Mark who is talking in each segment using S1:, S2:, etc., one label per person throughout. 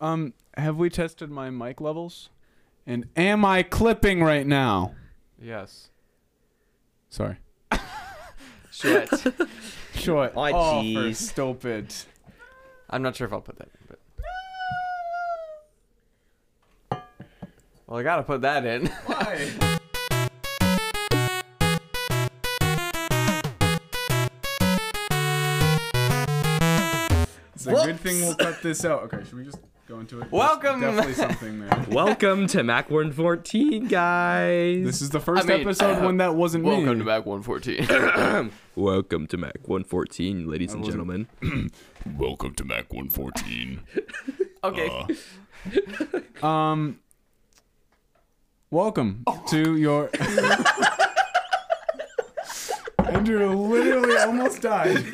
S1: Um, have we tested my mic levels? And am I clipping right now?
S2: Yes.
S1: Sorry.
S2: Shit.
S1: Sure.
S3: Aw,
S1: oh, for
S3: jeez.
S1: stupid.
S2: I'm not sure if I'll put that in, but. Well, I gotta put that in.
S1: It's a good thing we'll cut this out. Okay, should we just go into it? There's
S2: Welcome.
S1: Definitely something there.
S3: Welcome to MacWorn 14, guys.
S1: This is the first
S2: mean,
S1: episode
S2: uh,
S1: when that wasn't
S2: Welcome
S1: me.
S2: to Mac 114.
S3: Welcome to Mac 114, ladies and gentlemen.
S4: Welcome to Mac 114.
S2: okay.
S1: Um, welcome to your. Andrew literally almost died.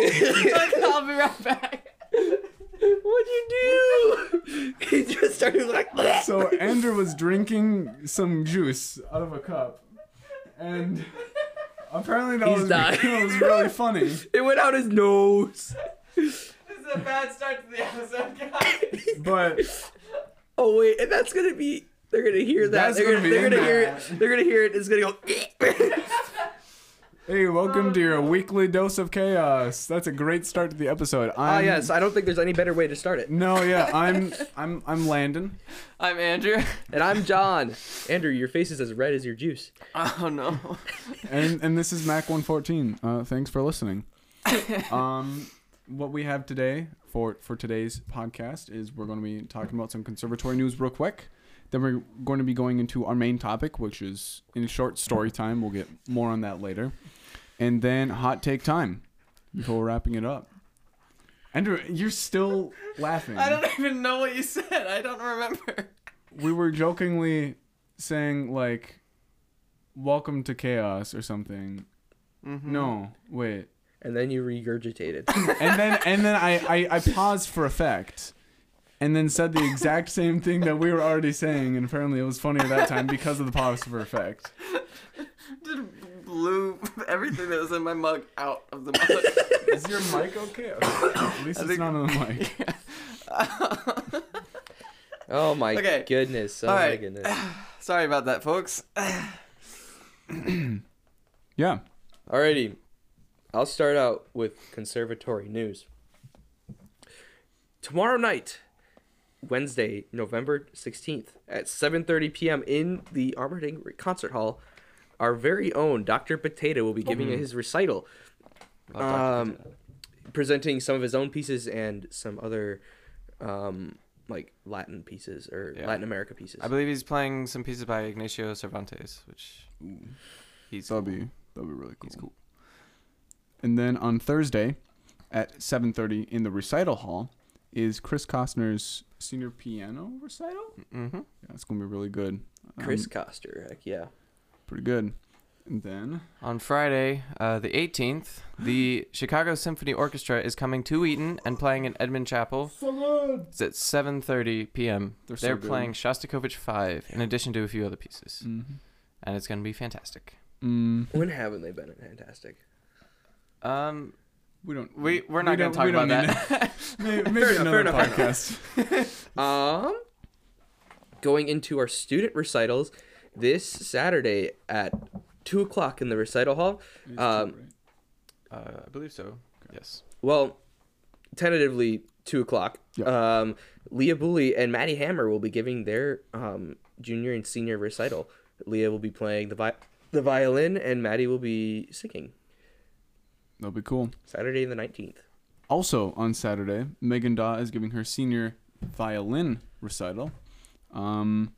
S2: I'll be right back.
S3: What'd you do? he just started like.
S1: So Andrew was drinking some juice out of a cup, and apparently that
S3: He's
S1: was
S3: dying.
S1: that was really funny.
S3: it went out his nose.
S2: This is a bad start to the episode, guys.
S1: But
S3: Oh wait, and that's gonna be. They're gonna hear that.
S1: That's
S3: they're
S1: gonna
S3: gonna,
S1: be
S3: they're
S1: in
S3: gonna hear
S1: there.
S3: it. They're gonna hear it. It's gonna go. "Eh."
S1: hey, welcome to your weekly dose of chaos. That's a great start to the episode. I'm,
S3: Ah yes, I don't think there's any better way to start it.
S1: No, yeah, I'm I'm I'm Landon.
S2: I'm Andrew.
S3: And I'm John. Andrew, your face is as red as your juice.
S2: Oh no.
S1: and and this is Mac 114. Uh, thanks for listening. um, what we have today for for today's podcast is we're going to be talking about some conservatory news real quick. Then we're going to be going into our main topic, which is in short story time. We'll get more on that later, and then hot take time before wrapping it up. Andrew, you're still laughing.
S2: I don't even know what you said. I don't remember.
S1: We were jokingly saying like, "Welcome to chaos" or something.
S2: Mm-hmm.
S1: No, wait.
S3: And then you regurgitated.
S1: and then and then I, I I paused for effect, and then said the exact same thing that we were already saying, and apparently it was funnier that time because of the pause for effect.
S2: Just blew everything that was in my mug out of the mug.
S1: Is your mic okay? At least it's not on the mic.
S3: oh my
S2: Okay.
S3: goodness. Oh
S2: All
S3: my
S2: right.
S3: goodness.
S2: Sorry about that, folks.
S1: Yeah.
S3: Alrighty. I'll start out with conservatory news. Tomorrow night, Wednesday, November 16th, at 7:30 p.m. in the Armored Anchor Concert Hall, our very own Dr. Potato will be giving
S2: Mm-hmm.
S3: his recital, um, presenting some of his own pieces and some other um, like Latin pieces or
S2: Yeah.
S3: Latin America pieces.
S2: I believe he's playing some pieces by Ignacio Cervantes, which he's
S1: That'll be that'll be really cool.
S2: he's cool.
S1: And then on Thursday, at seven thirty in the recital hall, is Chris Costner's senior piano recital.
S2: Mm-hmm.
S1: Yeah, it's gonna be really good. Um,
S3: Chris Coster, heck yeah.
S1: pretty good. And then
S2: On Friday, uh, the 18th, the Chicago Symphony Orchestra is coming to Eaton and playing in Edmond Chapel. It's at 7:30 p.m.
S1: They're
S2: They're,
S1: so good.
S2: playing Shostakovich 5 in addition to a few other pieces,
S1: Mm.
S2: and it's going to be fantastic.
S1: Mm,
S3: When haven't they been fantastic?
S2: Um,
S1: we don't.
S2: we we're not
S1: don't-
S2: going to talk
S1: we don't
S2: about
S1: need
S2: that.
S1: Maybe, maybe
S3: Fair enough,
S1: another
S3: fair enough, fair
S1: podcast.
S3: Um, going into our student recitals this Saturday at two o'clock in the recital hall. Um,
S2: uh, I believe so. Yes.
S3: well, tentatively two o'clock.
S1: Yeah.
S3: Um, Leah Booley and Maddie Hammer will be giving their um, junior and senior recital. Leah will be playing the vi- the violin, and Maddie will be singing.
S1: That'll be cool.
S3: Saturday the nineteenth.
S1: Also on Saturday, Megan Daw is giving her senior violin recital, um,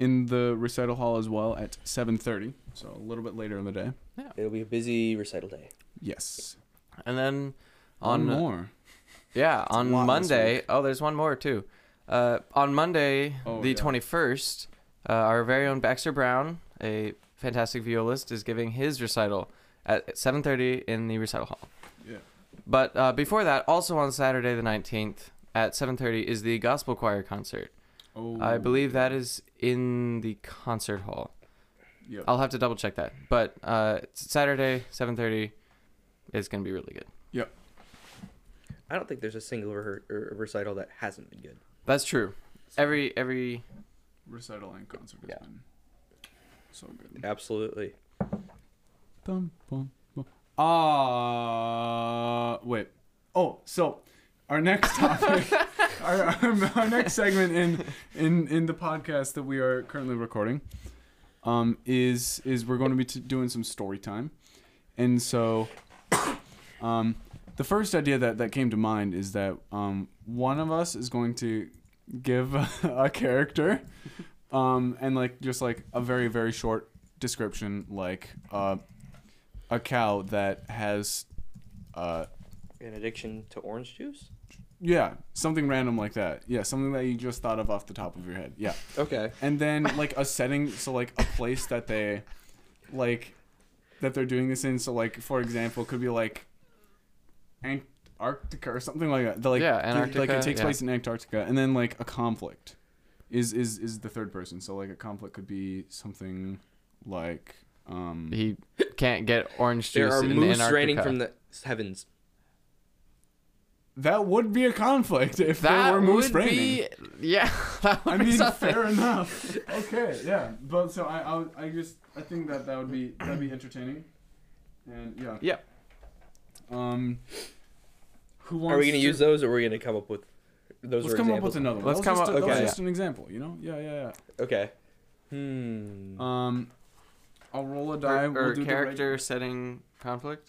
S1: in the recital hall as well at 7:30. So a little bit later in the day.
S3: It'll be a busy recital day.
S1: Yes.
S2: And then
S1: One
S2: on uh,
S1: more.
S2: yeah
S1: a
S2: on
S1: lot this
S2: Monday. Oh, there's one more too. Uh, on Monday,
S1: Oh,
S2: the
S1: yeah.
S2: 21st, uh, our very own Baxter Brown, a fantastic violist, is giving his recital at 7:30 in the recital hall.
S1: Yeah.
S2: But uh, before that, also on Saturday the 19th at 7:30 is the gospel choir concert.
S1: Oh.
S2: I believe that is in the concert hall.
S1: Yep.
S2: I'll have to double check that. But uh, it's Saturday 7:30 is going to be really good.
S3: I don't think there's a single rehe- er, recital that hasn't been good.
S2: That's true. Every every
S1: Recital and concert has
S2: Yeah.
S1: been so good.
S3: Absolutely.
S1: Dum, bum, bum. Ah, wait. Oh, so our next topic, our, our, our next segment in in in the podcast that we are currently recording, um, is is we're going to be t- doing some story time, and so, um, the first idea that that came to mind is that um one of us is going to give a, character, um, and like just like a very very short description, like uh a cow that has uh
S3: An addiction to orange juice?
S1: yeah something random like that yeah something that you just thought of off the top of your head yeah
S3: Okay.
S1: and then like a setting so like a place that they like that they're doing this in so like for example could be like antarctica or something like that The, like
S2: Yeah,
S1: the- like
S2: Antarctica,
S1: it takes
S2: yeah.
S1: place in antarctica and then like a conflict is is is the third person so like a conflict could be something like um
S2: he can't get orange juice
S3: There are
S2: in
S3: moose
S2: Antarctica.
S3: raining from the heavens.
S1: that would be a conflict if
S2: that
S1: there were moose
S2: would
S1: raining.
S2: be yeah. That would
S1: I
S2: be
S1: mean,
S2: something.
S1: fair enough. Okay, yeah. But so I, I, would- I just, I think that that would be that'd be entertaining, and yeah.
S2: Yeah.
S1: Um. Who wants?
S3: Are we going to use those or are we going to come up with those?
S1: Let's
S3: were
S1: come up with
S3: examples?
S1: another one.
S2: Let's
S1: That was
S2: come
S1: just a-
S2: up-
S1: That
S2: okay.
S1: was just an example, you know? Yeah, yeah,
S3: Okay. Hmm.
S1: yeah. Um. I'll roll a die.
S2: Or,
S1: we'll
S2: or
S1: do the
S2: character setting conflict.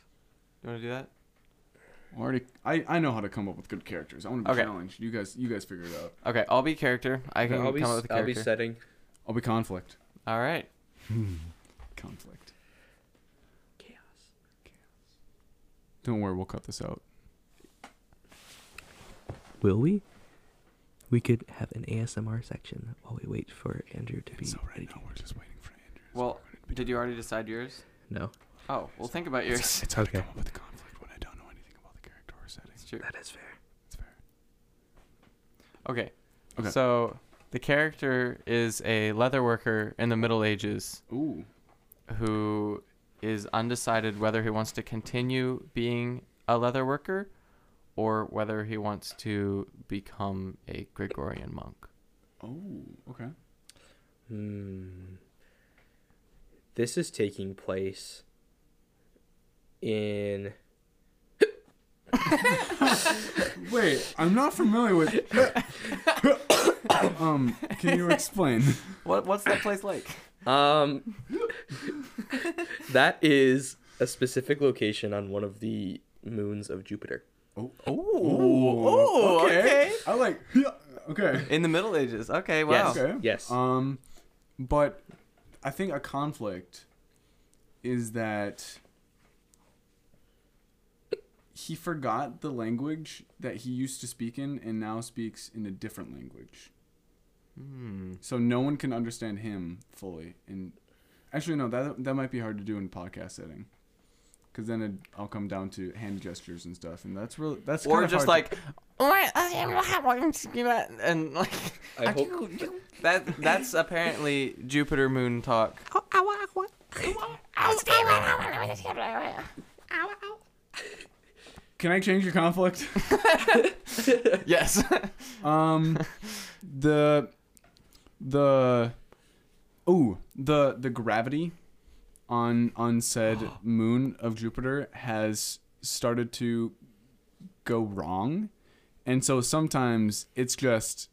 S2: You want to do that?
S1: rate- Already, I, I know how to come up with good characters. I want to be
S2: Okay.
S1: challenged. You guys, you guys figure it out.
S2: Okay, I'll be character. I can
S3: I'll be,
S2: come up with a
S3: I'll be
S2: character.
S3: setting.
S1: I'll be conflict.
S2: All right.
S1: Conflict.
S3: Chaos.
S1: Don't worry, we'll cut this out.
S5: Will we? We could have an ASMR section while we wait for Andrew to be
S1: So right
S5: ready.
S1: now we're just waiting for Andrew.
S2: Well, did you already decide yours?
S5: No,
S2: Oh, well, think about yours.
S1: It's hard
S5: Okay.
S1: to come up with a conflict when I don't know anything about the character or setting.
S2: It's true.
S5: that is fair.
S1: It's fair.
S2: Okay.
S1: Okay.
S2: So the character is a leather worker in the Middle Ages
S1: Ooh.
S2: who is undecided whether he wants to continue being a leather worker or whether he wants to become a Gregorian monk.
S1: Oh. Okay.
S3: Hmm. This is taking place in.
S1: Wait, I'm not familiar with. um, can you explain?
S2: What what's that place like?
S3: Um, that is a specific location on one of the moons of Jupiter.
S1: Oh.
S2: ooh, okay.
S1: I like. Okay.
S2: In the Middle Ages. Okay, wow.
S3: Yes.
S1: Okay.
S3: Yes.
S1: Um, but I think a conflict is that he forgot the language that he used to speak in and now speaks in a different language.
S2: Hmm.
S1: So no one can understand him fully. And actually, no, that that might be hard to do in podcast setting, because then it, I'll come down to hand gestures and stuff, and that's really that's kind
S2: Or
S1: of
S2: just
S1: hard
S2: like and like
S3: I hope.
S2: that that's apparently Jupiter moon talk.
S1: to- can I change your conflict?
S2: Yes.
S1: um, the the ooh the the gravity on on said moon of Jupiter has started to go wrong, and so sometimes it's just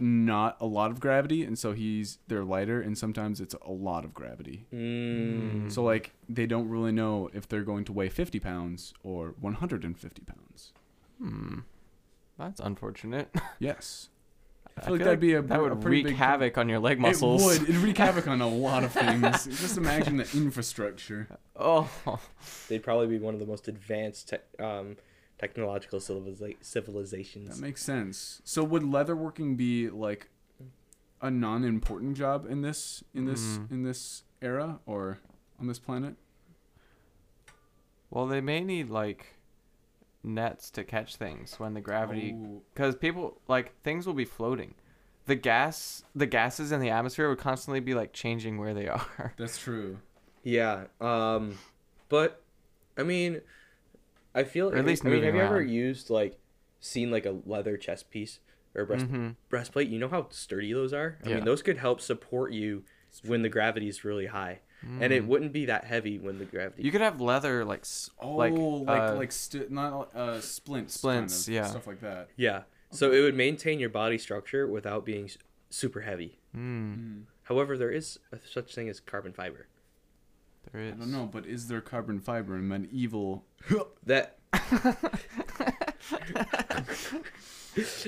S1: not a lot of gravity, and so he's they're lighter, and sometimes it's a lot of gravity.
S3: Mm,
S2: Mm-hmm.
S1: So like they don't really know if they're going to weigh fifty pounds or one hundred and fifty pounds.
S2: Hmm. That's unfortunate.
S1: Yes.
S2: I
S1: feel like that'd be a-
S2: that would
S1: a pretty
S2: wreak
S1: big-
S2: havoc on your leg muscles.
S1: It would. It'd wreak havoc on a lot of things. Just imagine the infrastructure.
S2: Oh,
S3: they'd probably be one of the most advanced te- um, technological civiliza-
S1: That
S3: civilizations.
S1: makes sense. So would leatherworking be like a non-important job in this in this
S2: Mm.
S1: in this era or on this planet?
S2: well, they may need like nets to catch things when the gravity,
S1: Oh,
S2: because people like things will be floating. The gas, the gases in the atmosphere would constantly be like changing where they are.
S1: that's true.
S3: yeah. Um, but I mean, I feel.
S2: Or at least
S3: I mean,
S2: moving
S3: have you ever
S2: around.
S3: used like seen like a leather chest piece or breast
S2: Mhm.
S3: breastplate? You know how sturdy those are. I
S2: Yeah.
S3: mean, those could help support you when the gravity is really high, and
S2: Mm.
S3: it wouldn't be that heavy when the gravity.
S2: You could have leather like s-
S1: Oh,
S2: like
S1: like like,
S2: uh,
S1: sti- not uh, splints,
S2: Splints, yeah.
S1: stuff like that.
S3: yeah, so it would maintain your body structure without being s- super heavy.
S2: mm,
S3: However, there is a such thing as carbon fiber.
S2: there is.
S1: I don't know, but is there carbon fiber in medieval?
S2: Uh,
S3: That.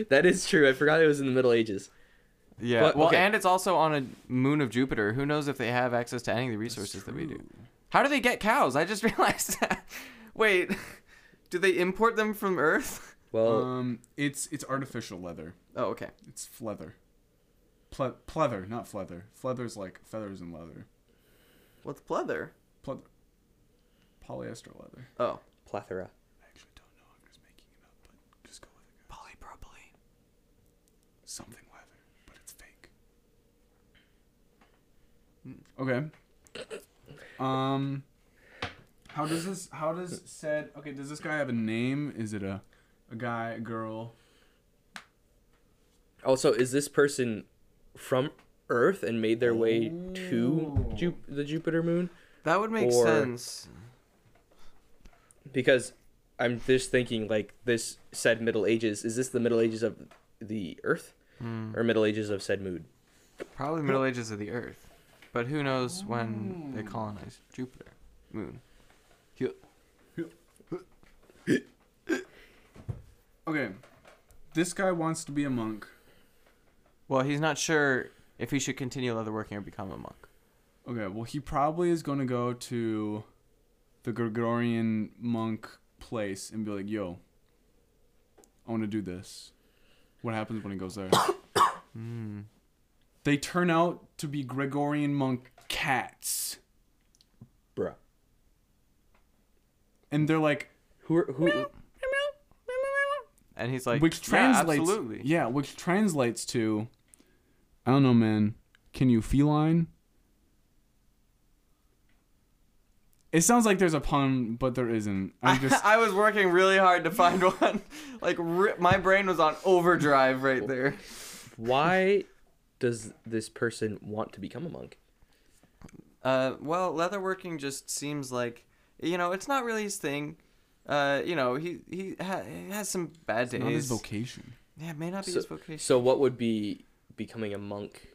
S3: that is true. I forgot it was in the Middle Ages.
S2: Yeah.
S3: But-
S2: well,
S3: okay.
S2: and it's also on a moon of Jupiter. Who knows if they have access to any of the resources that we do? How do they get cows? I just realized that. Wait, do they import them from Earth?
S3: Well,
S1: Um, it's it's artificial leather.
S2: Oh, okay.
S1: It's leather. Ple- pleather, not fleather. Fleather's like feathers and leather.
S2: What's pleather?
S1: Pleather. Polyester leather.
S2: Oh,
S3: plethora.
S1: I actually don't know. I'm just making it up, but just go with it. guys.
S2: polypropylene.
S1: Something leather, but it's fake. Okay. Um. How does this? How does said? Okay, does this guy have a name? Is it a, a guy, a girl?
S3: Also, is this person from Earth and made their way to
S1: Oh.
S3: Ju- the Jupiter moon?
S2: That would make
S3: Or-
S2: sense.
S3: Because I'm just thinking, like, this said Middle Ages, is this the Middle Ages of the Earth or Middle Ages of said moon?
S2: Probably Middle Ages of the Earth, but who knows when they colonized Jupiter, moon.
S1: Okay. This guy wants to be a monk.
S2: Well, he's not sure if he should continue leatherworking or become a monk.
S1: Okay, well, he probably is going to go to the Gregorian monk place and be like, yo, I want to do this. What happens when he goes there?
S2: Hmm.
S1: They turn out to be Gregorian monk cats.
S3: Bruh.
S1: And they're like,
S3: Who are, who?
S2: And he's like,
S1: which translates.
S2: yeah, absolutely.
S1: yeah, which translates to, I don't know, man, can you feline? It sounds like there's a pun, but there isn't. I'm just.
S2: I was working really hard to find one. Like ri- my brain was on overdrive right there.
S3: Why does this person want to become a monk?
S2: Uh, well, leatherworking just seems like you know it's not really his thing. Uh, you know he he, ha- he has some bad days.
S1: not his vocation.
S2: yeah, it may not be
S3: So,
S2: his vocation.
S3: so, what would be becoming a monk?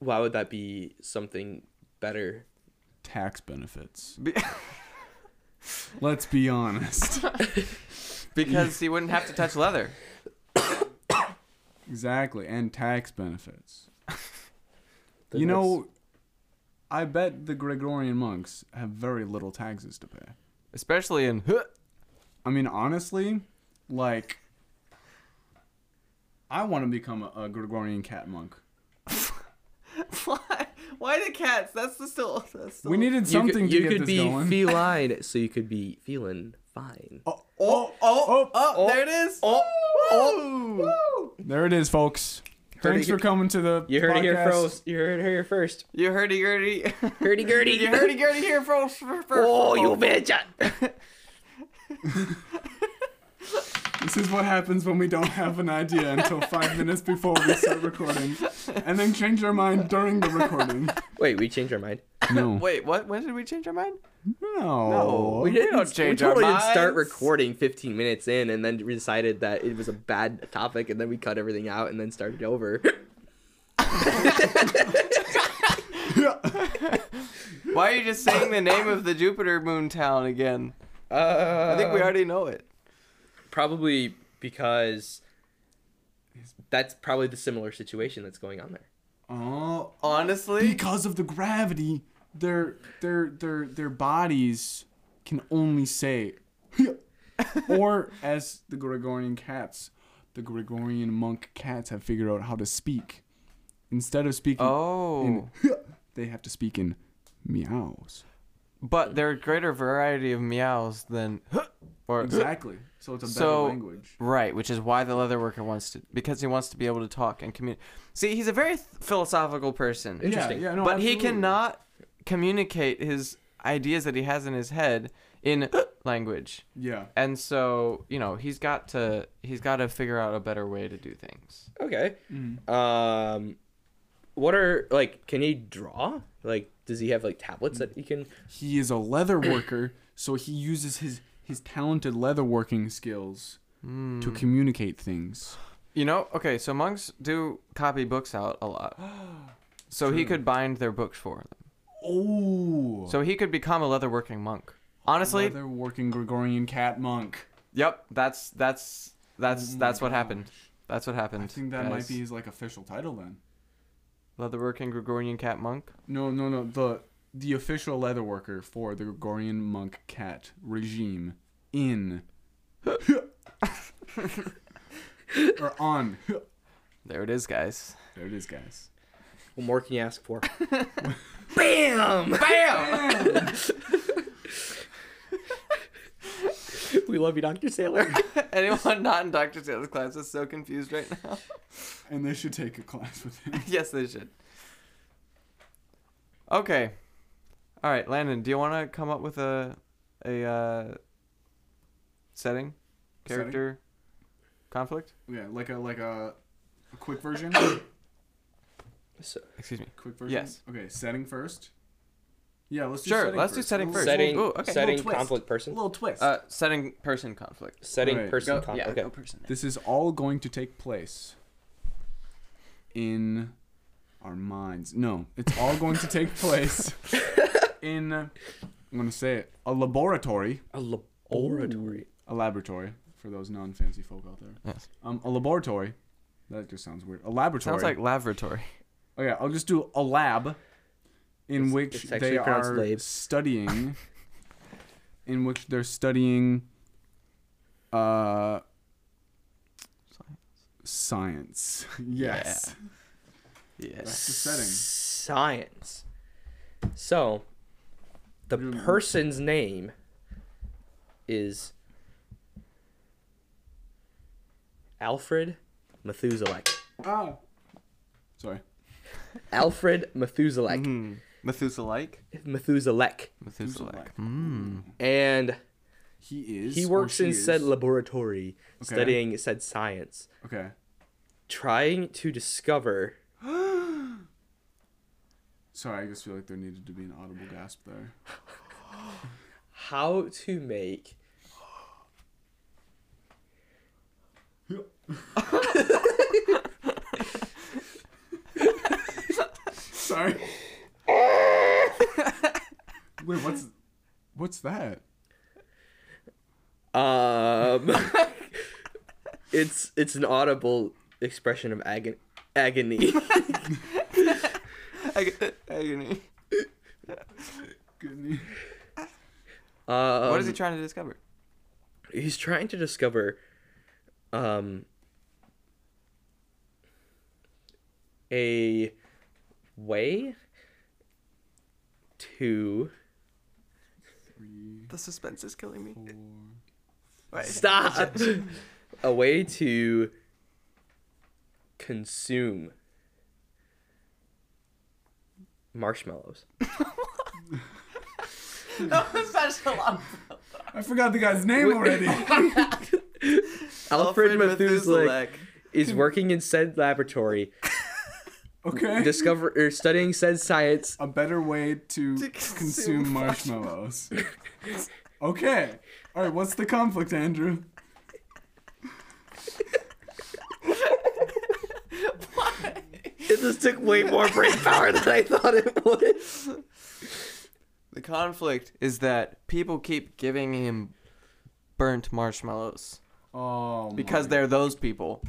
S3: Why would that be something better?
S1: Tax benefits.
S2: Be-
S1: Let's be honest.
S2: because he wouldn't have to touch leather.
S1: exactly, and tax benefits.
S3: Then
S1: you
S3: what's-
S1: know, I bet the Gregorian monks have very little taxes to pay.
S2: Especially in
S1: I mean, honestly, like, I want to become a, a Gregorian cat monk.
S2: why why the cats? That's the still that's still
S1: We needed
S3: You could-
S1: something to
S3: you
S1: get
S3: could
S1: this
S3: be
S1: going.
S3: feline, so you could be feeling fine.
S1: oh, oh, oh,
S2: Oh, oh, there it is. Oh,
S1: There it is, folks.
S3: Heard
S1: Thanks
S3: it-
S1: for coming to the
S3: You heard it here
S1: podcast.
S3: first. You heard it here first.
S2: You hurdy gurdy.
S3: Hurdy gurdy.
S2: you hurdy gurdy here, folks. for- for-
S3: Oh, you
S2: folks.
S3: bitch!
S1: This is what happens when we don't have an idea until five minutes before we start recording, and then change our mind during the recording.
S3: Wait, we changed our mind.
S1: No,
S2: Wait, what? When did we change our mind?
S1: no,
S2: we didn't change
S3: we
S2: our
S3: totally didn't start
S2: minds.
S3: recording 15 minutes in, and then decided that it was a bad topic, and then we cut everything out, and then started over.
S2: Why are you just saying the name of the Jupiter moon town again?
S3: Uh,
S2: I think we already know it.
S3: probably because that's probably the similar situation that's going on there.
S1: Oh,
S2: Honestly,
S1: because of the gravity, their their their their bodies can only say, or as the Gregorian cats, the Gregorian monk cats have figured out how to speak. Instead of speaking,
S2: oh,
S1: in, they have to speak in meows.
S2: but there are greater variety of meows than or
S1: Exactly. So it's a better
S2: So-
S1: language.
S2: right, which is why the leatherworker wants to because he wants to be able to talk and communicate. See, he's a very th- philosophical person.
S3: Interesting.
S1: Yeah, yeah, no,
S2: but he
S1: absolutely.
S2: cannot communicate his ideas that he has in his head in language.
S1: Yeah.
S2: And so, you know, he's got to he's got to figure out a better way to do things.
S3: Okay.
S2: Mm.
S3: Um, what are like? Can he draw? Like, does he have like tablets that he can?
S1: He is a leather worker, so he uses his his talented leather working skills
S2: Hmm.
S1: to communicate things.
S2: You know, okay, so monks do copy books out a lot. So he could bind their books for them.
S1: Oh.
S2: So he could become a leatherworking monk. Honestly,
S1: leather working Gregorian cat monk.
S2: yep, that's that's that's that's what happened. That's what
S1: Oh
S2: happened.
S1: I think that might
S2: guys.
S1: be his like official title then.
S2: leatherworking Gregorian cat monk.
S1: No, no, no. The the official leather worker for the Gregorian monk cat regime in or on.
S2: There it is, guys.
S1: There it is, guys.
S3: What more can you ask for? Bam! Bam! we love you, Doctor Sailor.
S2: Anyone not in Dr. Taylor's class is so confused right now.
S1: And they should take a class with him.
S2: yes, they should. Okay. All right, Landon, do you want to come up with a a uh,
S1: Setting?
S2: setting, character, conflict?
S1: Yeah, like a like a, a quick version.
S3: So,
S2: Excuse me.
S1: quick version.
S2: Yes.
S1: Okay, setting first. Yeah, let's do
S2: Sure,
S1: setting
S2: let's do setting First.
S3: setting,
S2: Ooh, okay.
S1: Little
S3: setting
S1: twist.
S3: conflict
S1: A
S3: person.
S1: little twist.
S2: Uh, setting person conflict.
S3: Setting
S1: Right.
S3: person
S2: Go-
S3: conflict.
S2: yeah,
S3: okay.
S2: go person.
S1: This is all going to take place in our minds. No, it's all going to take place in, I'm going to say it, a laboratory.
S3: A laboratory.
S1: A laboratory, for those non fancy folk out there.
S2: Yes.
S1: Um, a laboratory. That just sounds weird. A laboratory.
S2: Sounds like laboratory.
S1: Oh, yeah, I'll just do a lab in
S3: It's-
S1: which
S3: it's actually
S1: they
S3: pronounced
S1: are
S3: lab.
S1: studying, in which they're studying uh, science. Yes.
S2: Yes.
S1: That's the setting.
S3: Science. So, the
S1: Mm.
S3: person's name is Alfred Methuselah.
S1: Ah. Sorry.
S3: Alfred Methuselah.
S1: Mm-hmm.
S2: Methuselah.
S3: Methuselah.
S2: Methuselah.
S1: Methuselah.
S2: Mm.
S3: And
S1: He is.
S3: he
S1: or
S3: works
S1: she
S3: in
S1: is-
S3: said laboratory
S1: Okay.
S3: studying said science,
S1: Okay.
S3: trying to discover.
S1: Sorry, I just feel like there needed to be an audible gasp there.
S3: how to make
S1: Sorry. Wait, what's what's that?
S3: um it's it's an audible expression of agon- agony
S2: Ag- Agony.
S1: Goodness.
S3: um,
S2: what is he trying to discover?
S3: he's trying to discover um a way to
S1: Three,
S2: The suspense is killing me.
S1: four.
S3: stop a way to consume marshmallows
S1: I forgot the guy's name already.
S3: Alfred, Methuselah is working in said laboratory,
S1: Okay.
S3: discover or studying said science.
S1: a better way to,
S2: consume
S1: consume marshmallows. okay. All right, what's the conflict, Andrew?
S3: It just took way more brain power than I thought it would.
S2: The conflict is that people keep giving him burnt marshmallows
S1: Oh,
S2: because they're those people.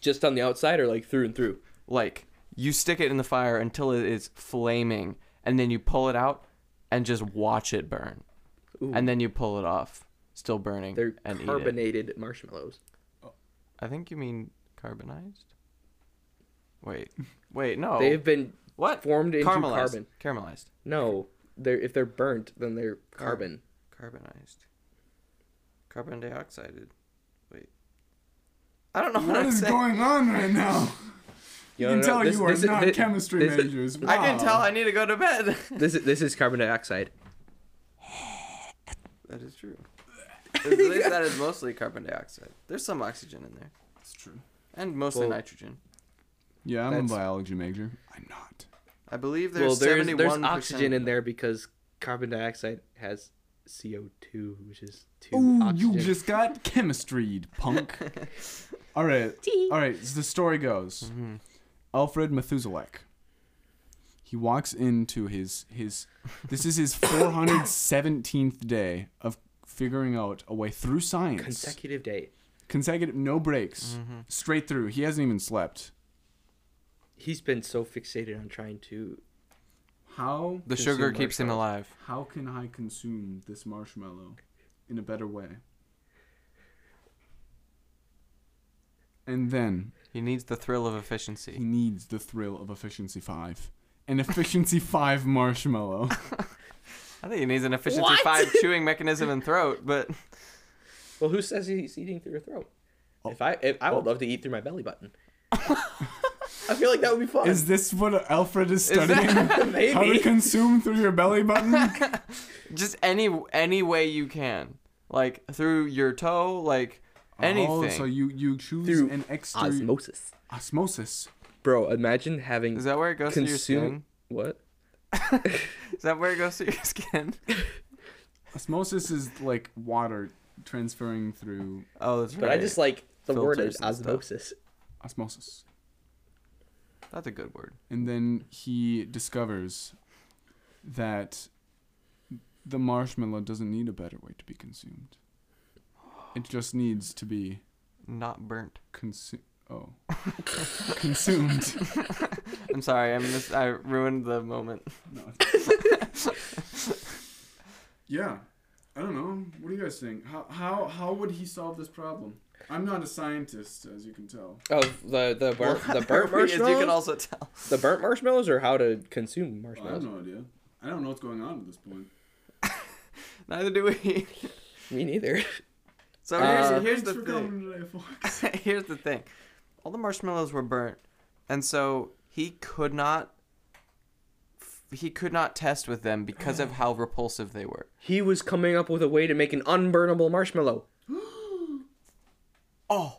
S3: Just on the outside or like through and through.
S2: Like you stick it in the fire until it is flaming, and then you pull it out and just watch it burn, and then you pull it off, still burning,
S3: They're
S2: and eat it.
S3: carbonated marshmallows.
S2: I think you mean carbonized. Wait, wait,
S1: Oh.
S2: no.
S3: They've been
S2: what
S3: formed into
S2: Caramelized.
S3: carbon.
S2: Caramelized,
S3: No, they're if they're burnt, then they're
S1: Oh.
S3: carbon.
S2: carbonized, carbon dioxided. Wait, I don't know what,
S1: What
S2: I'm
S1: is
S2: saying.
S1: going on right now? You
S3: No,
S1: can
S3: no,
S1: tell
S3: this-
S1: you are
S3: this is-
S1: not
S3: thi-
S1: chemistry
S3: this is-
S1: majors. oh,
S2: I can
S1: Wow.
S2: tell. I need to go to bed.
S3: This is this is carbon dioxide.
S2: That is true. At least that is mostly carbon dioxide. There's some oxygen in there,
S1: It's true.
S2: and mostly
S3: Well-
S2: nitrogen.
S1: Yeah, I'm
S3: That's-
S1: a biology major. I'm not.
S2: I believe
S3: well,
S2: there's
S3: there's,
S2: seventy-one
S3: there's oxygen in there because carbon dioxide has CO2, which is two
S1: Ooh,
S3: oxygen.
S1: you just got chemistryed, punk. all right, all right. So the story goes: Alfred Methuselek. He walks into his his. This is his 417th day of figuring out a way through science.
S3: consecutive day.
S1: Consecutive, no breaks, straight through. He hasn't even slept.
S3: He's been so fixated on trying to.
S1: How
S2: The
S1: consume
S2: sugar keeps him
S1: marshmallows?
S2: alive.
S1: How can I consume this marshmallow in a better way? And then
S2: He needs the thrill of
S1: he
S2: efficiency.
S1: needs the thrill of efficiency five. An efficiency five marshmallow.
S2: I think he needs an efficiency five chewing mechanism and throat, but
S3: Well, who says he's eating through your throat? If I, if, I would love to eat through my belly button. I feel like that would be fun.
S1: Is this what Alfred is studying?
S3: Maybe.
S1: How to consume through your belly button?
S2: just any any way you can, like through your toe, like anything.
S1: Oh, so you you choose
S3: Through
S1: an extra
S3: Osmosis.
S1: osmosis.
S3: Bro, imagine having.
S2: is that where it goes through your skin?
S3: consume what?
S2: Is that where it goes through your skin?
S1: Osmosis is like water transferring through
S2: Oh, that's right.
S3: But I just like the word
S2: Filters
S3: is
S2: and stuff.
S3: osmosis.
S1: osmosis.
S2: that's a good word.
S1: and then he discovers that the marshmallow doesn't need a better way to be consumed. It just needs to be
S2: Not burnt.
S1: consumed. Oh, consumed.
S2: I'm sorry. I mis- I ruined the moment.
S1: No. yeah, I don't know. What do you guys think? How how how would he solve this problem? I'm not a scientist, as you can tell.
S2: Oh,
S3: Of the the burnt the burnt
S2: As you
S3: marshmallows.
S2: can also tell.
S3: The burnt marshmallows, or how to consume
S1: I have
S3: marshmallows.
S1: no idea. I don't know what's going on at this point.
S2: Neither do we.
S3: Me neither.
S2: So
S3: Uh,
S2: here's here's the
S1: Thanks for
S2: thing.
S1: coming today, Fox.
S2: here's the thing all the marshmallows were burnt and so he could not he could not test with them because of how repulsive they were
S3: He was coming up with a way to make an unburnable marshmallow.
S2: oh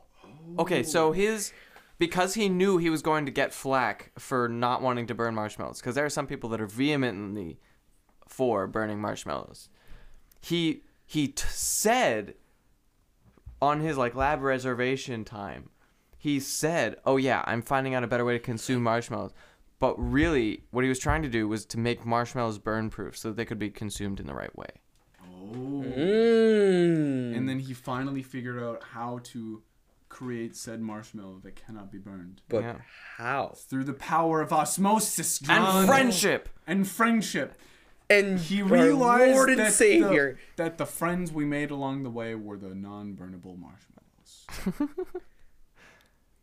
S2: okay so his because he knew he was going to get flack for not wanting to burn marshmallows because there are some people that are vehemently for burning marshmallows he he t- said on his like lab reservation time, he said, "Oh yeah, I'm finding out a better way to consume marshmallows." But really, what he was trying to do was to make marshmallows burn proof so that they could be consumed in the right way.
S1: Oh.
S3: Mmm.
S1: and then he finally figured out how to create said marshmallow that cannot be burned
S3: But
S2: Yeah.
S3: how?
S1: through the power of osmosis
S2: And
S1: John.
S2: friendship.
S1: and friendship
S3: And
S1: he
S3: our
S1: realized
S3: Lord and
S1: that,
S3: Savior.
S1: The, that the friends we made along the way were the non-burnable marshmallows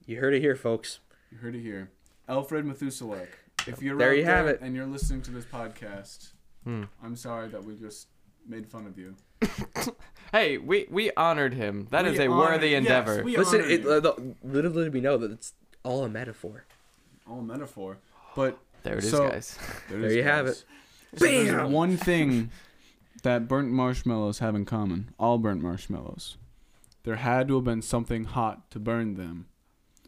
S3: You heard it here, folks.
S1: you heard it here alfred methuselek if you're
S3: There
S1: out
S3: you have it.
S1: and you're listening to this podcast
S2: Hmm.
S1: i'm sorry that we just made fun of you
S2: Hey, we we honored him. That is
S1: We
S2: a
S1: honor-
S2: worthy
S1: yes,
S2: endeavor.
S1: we
S3: Listen,
S1: honor
S3: it,
S1: you.
S3: uh, the- little did we know that it's all a metaphor.
S1: all metaphor but
S2: there it is,
S1: So-
S2: guys.
S1: it
S3: There
S1: is,
S3: you have
S1: guys.
S3: it.
S1: So there's
S3: Bam!
S1: one thing that burnt marshmallows have in common. All burnt marshmallows. There had to have been something hot to burn them.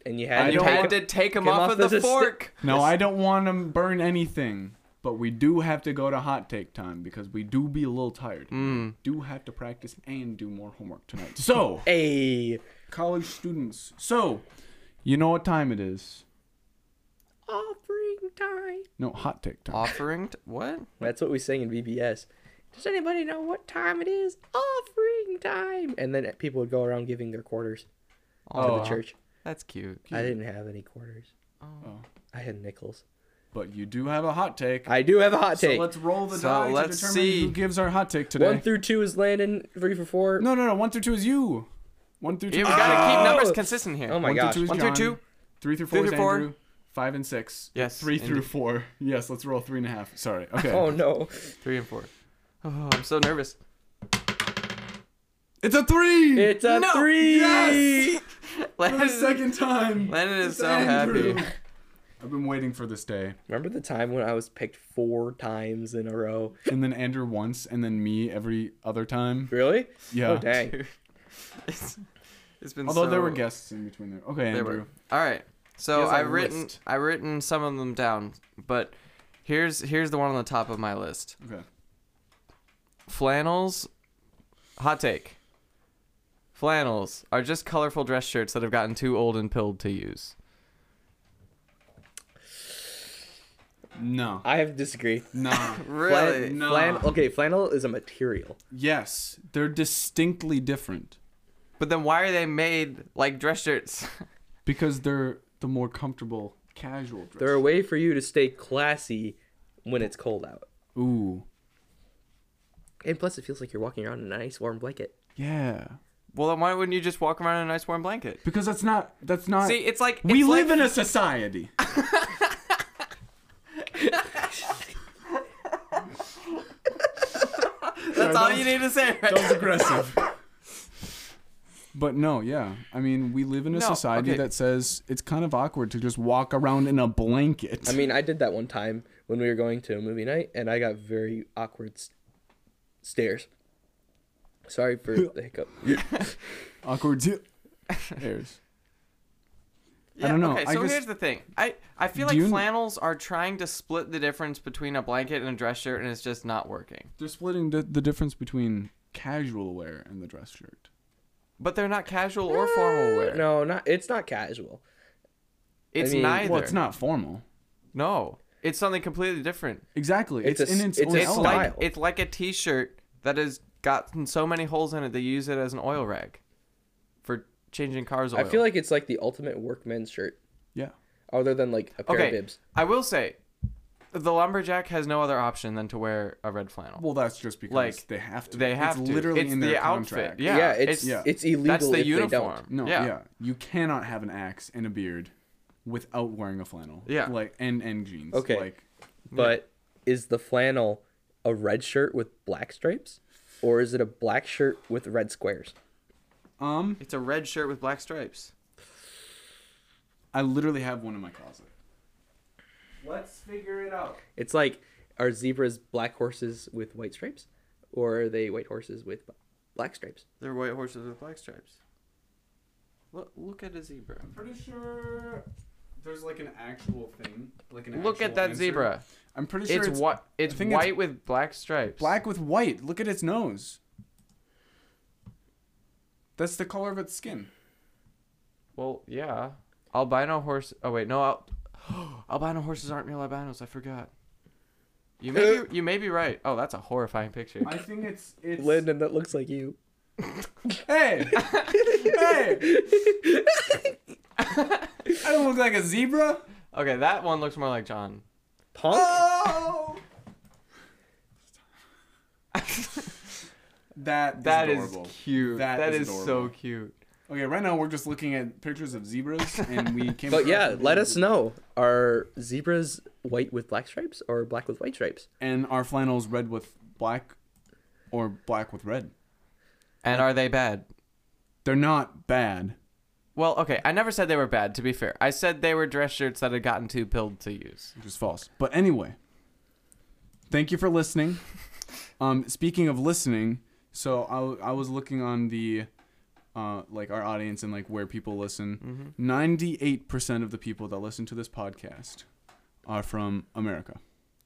S3: And you
S2: And
S3: had,
S2: you
S3: to
S1: don't-
S2: had to take him
S3: Came
S2: off
S3: off
S2: of
S3: as
S2: the
S3: a sti-
S2: fork.
S1: Now I don't want to burn anything, but we do have to go to hot take time because we do be a little tired. We
S2: Mm.
S1: do have to practice and do more homework tonight. So,
S3: a
S1: college students. So, you know what time it is?
S3: offering time.
S1: No, hot take
S2: Uh,
S1: time.
S2: Offering t- what?
S3: That's what we sang in VBS. Does anybody know what time it is? Offering time. And then people would go around giving their quarters to
S2: Oh,
S3: the church.
S2: that's cute.
S3: I didn't have any quarters.
S1: Oh.
S3: I had nickels.
S1: But you do have a hot take.
S3: I do have a hot take.
S1: So let's roll the
S2: So
S1: die
S2: let's
S1: to determine
S2: see.
S1: who gives our hot take today.
S3: One through two is Landon. Three for four.
S1: No, no, no. One through two is you. One through two.
S2: Yeah, we
S1: is John.
S2: gotta keep numbers
S3: Oh!
S2: consistent here.
S3: Oh my
S1: One
S3: gosh.
S1: through two is
S2: One through
S1: John.
S2: two.
S1: Three through
S2: Three
S1: four is
S2: through four.
S1: Andrew. Five and six.
S2: Yes,
S1: Three through
S2: indeed.
S1: four. Yes, let's roll three and a half. Sorry. Okay.
S3: Oh no.
S2: Three and four. Oh, I'm so nervous.
S1: It's a three.
S3: It's a
S2: No!
S3: three.
S1: Yes! For the
S2: Landon,
S1: second time.
S2: Landon is
S1: It's
S2: so
S1: Andrew.
S2: happy.
S1: I've been waiting for this day.
S3: Remember the time when I was picked four times in a row?
S1: And then Andrew once, and then me every other time.
S3: Really?
S1: Yeah.
S3: Oh dang.
S2: it's, it's been
S1: Although there
S2: so-
S1: were guests in between there. Okay,
S2: They
S1: Andrew.
S2: were. All right.
S1: He
S2: So
S1: has a
S2: I've written
S1: list.
S2: I've written some of them down, but here's here's the one on the top of my list.
S1: Okay.
S2: Flannels hot take. Flannels are just colorful dress shirts that have gotten too old and pilled to use.
S1: No.
S3: I have to disagree.
S1: No.
S2: Really?
S1: No.
S3: Flan- okay, flannel is a material.
S1: yes, they're distinctly different
S2: But then why are they made like dress shirts?
S1: because they're the more comfortable casual dress.
S3: They're a way for you to stay classy when it's cold out.
S1: Ooh.
S3: And plus, it feels like you're walking around in a nice warm blanket.
S1: Yeah.
S2: well, then why wouldn't you just walk around in a nice warm blanket?
S1: Because that's not. That's not.
S2: See, it's like
S1: we
S2: it's
S1: live
S2: like-
S1: in a society.
S2: That's all you need to say. Right?
S1: That was aggressive. But no, yeah. I mean, we live in a
S2: No,
S1: society
S2: okay.
S1: that says it's kind of awkward to just walk around in a blanket.
S3: I mean, I did that one time when we were going to a movie night, and I got very awkward s- stares. Sorry for the hiccup.
S1: awkward. zi- Hairs.
S2: Yeah,
S1: don't know.
S2: Okay,
S1: I
S2: so
S1: just-
S2: here's the thing. I, I feel
S1: Do
S2: like
S1: you-
S2: flannels are trying to split the difference between a blanket and a dress shirt, and it's just not working.
S1: They're splitting the, the difference between casual wear and the dress shirt.
S2: But they're not casual or formal wear.
S3: No, not it's not casual.
S2: it's
S3: mean-
S2: neither.
S1: Well, it's not formal.
S2: No, it's something completely different.
S1: Exactly. It's,
S3: It's a
S1: in
S3: s-
S1: its,
S3: it's
S1: own
S3: a
S2: It's
S1: element.
S2: like
S3: style.
S2: it's like a t-shirt that has gotten so many holes in it they use it as an oil rag for changing cars oil.
S3: I feel like it's like the ultimate workman's shirt,
S1: Yeah.
S3: other than like a pair
S2: okay.
S3: of bibs.
S2: I will say, the lumberjack has no other option than to wear a red flannel.
S1: Well, that's just because
S2: Like,
S1: they have to.
S2: they have
S1: it's
S2: to.
S1: literally
S2: It's
S1: in
S2: the
S1: their
S2: outfit.
S1: contract.
S2: Yeah.
S3: Yeah, it's
S2: it's-
S3: it's illegal.
S2: That's the
S3: if
S2: uniform.
S3: They don't.
S1: No,
S2: Yeah.
S1: yeah. You cannot have an axe and a beard without wearing a flannel.
S2: Yeah.
S1: Like and and jeans.
S3: Okay.
S1: Like
S3: But is the flannel a red shirt with black stripes, or is it a black shirt with red squares?
S1: um
S2: it's a red shirt with black stripes.
S1: I literally have one in my closet.
S2: Let's figure it out.
S3: It's like are zebras black horses with white stripes, or are they white horses with b- black stripes?
S2: They're white horses with black stripes. Look, look at a zebra.
S1: Pretty sure there's like an actual thing. Like an
S2: Look at that zebra.
S1: I'm pretty sure
S2: It's,
S1: it's,
S2: whi what? It's
S1: think it's
S2: white with black stripes.
S1: black with white. Look at its nose. That's the color of its skin.
S2: Well, yeah. Albino horse. Oh wait, no. Al- albino horses aren't real albinos. I forgot. You may be, you may be right. Oh, that's a horrifying picture.
S1: Uh, I think it's it's
S3: Lyndon, that looks like you.
S1: Hey! hey! I don't look like a zebra.
S2: Okay, that one looks more like John.
S3: Punk.
S1: Oh! That is
S2: That is
S1: adorable.
S2: cute.
S1: That
S2: that
S1: is
S2: is, so
S1: adorable.
S2: cute.
S1: Okay, right now we're just looking at pictures of zebras, and we came.
S3: But
S1: across
S3: yeah,
S1: a
S3: let
S1: zebra.
S3: us know: are zebras white with black stripes, or black with white stripes?
S1: And our flannels red with black, or black with red.
S2: And are they bad?
S1: They're not bad.
S2: Well, okay. I never said they were bad. To be fair, I said they were dress shirts that had gotten too pilled to use.
S1: which is false. But anyway, thank you for listening. Um, speaking of listening, so I, w- I was looking on the uh, like our audience and like where people listen. Ninety eight percent of the people that listen to this podcast are from America,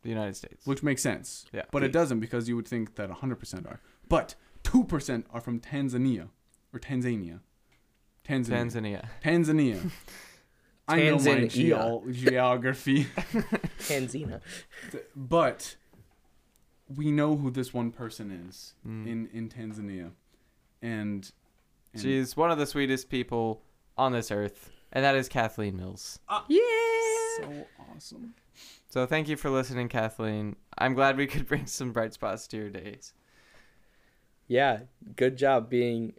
S2: The United States.
S1: which makes sense.
S2: Yeah.
S1: but it doesn't because you would think that hundred percent are, but two percent are from Tanzania or Tanzania. Tanzania.
S2: Tanzania.
S1: Tanzania. I know my
S3: Tanzania.
S1: geol geography.
S3: Tanzina.
S1: but we know who this one person is in in Tanzania, and, and
S2: She's one of the sweetest people on this earth, and that is Kathleen Mills.
S1: so awesome.
S2: So thank you for listening, Kathleen. I'm glad we could bring some bright spots to your days.
S3: Yeah, good job being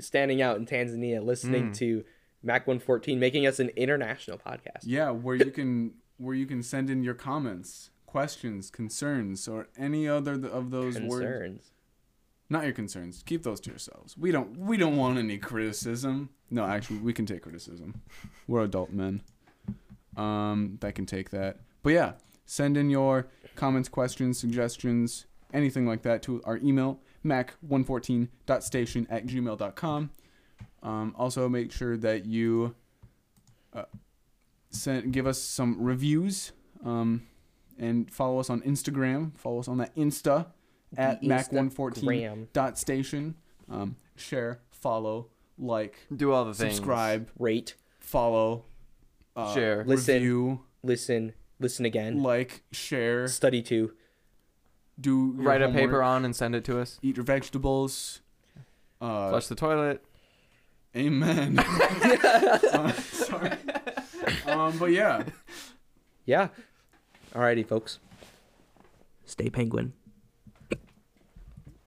S3: standing out in Tanzania, listening to Mac 114, making us an international podcast.
S1: Yeah, where you can where you can send in your comments, questions, concerns, or any other th- of those words.
S3: Concerns.
S1: Not your concerns. Keep those to yourselves. We don't we don't want any criticism. No, actually, we can take criticism. We're adult men. um, that can take that. But yeah, send in your comments, questions, suggestions, anything like that to our email, mac114.station at gmail.com. Um, also, make sure that you uh, send, give us some reviews um, and follow us on Instagram. Follow us on that Insta at mac114.station. Um, share, follow, like,
S2: Do all the things.
S1: subscribe,
S3: Rate,
S1: follow, uh,
S2: Share.
S3: Listen.
S1: review,
S3: listen, listen again,
S1: like, share,
S3: study too.
S1: do your
S2: Write a
S1: homework,
S2: paper on and send it to us.
S1: eat your vegetables. Uh,
S2: Flush the toilet.
S1: Amen. Uh, sorry. Um, but yeah.
S3: Yeah. Alrighty, folks.
S5: Stay penguin.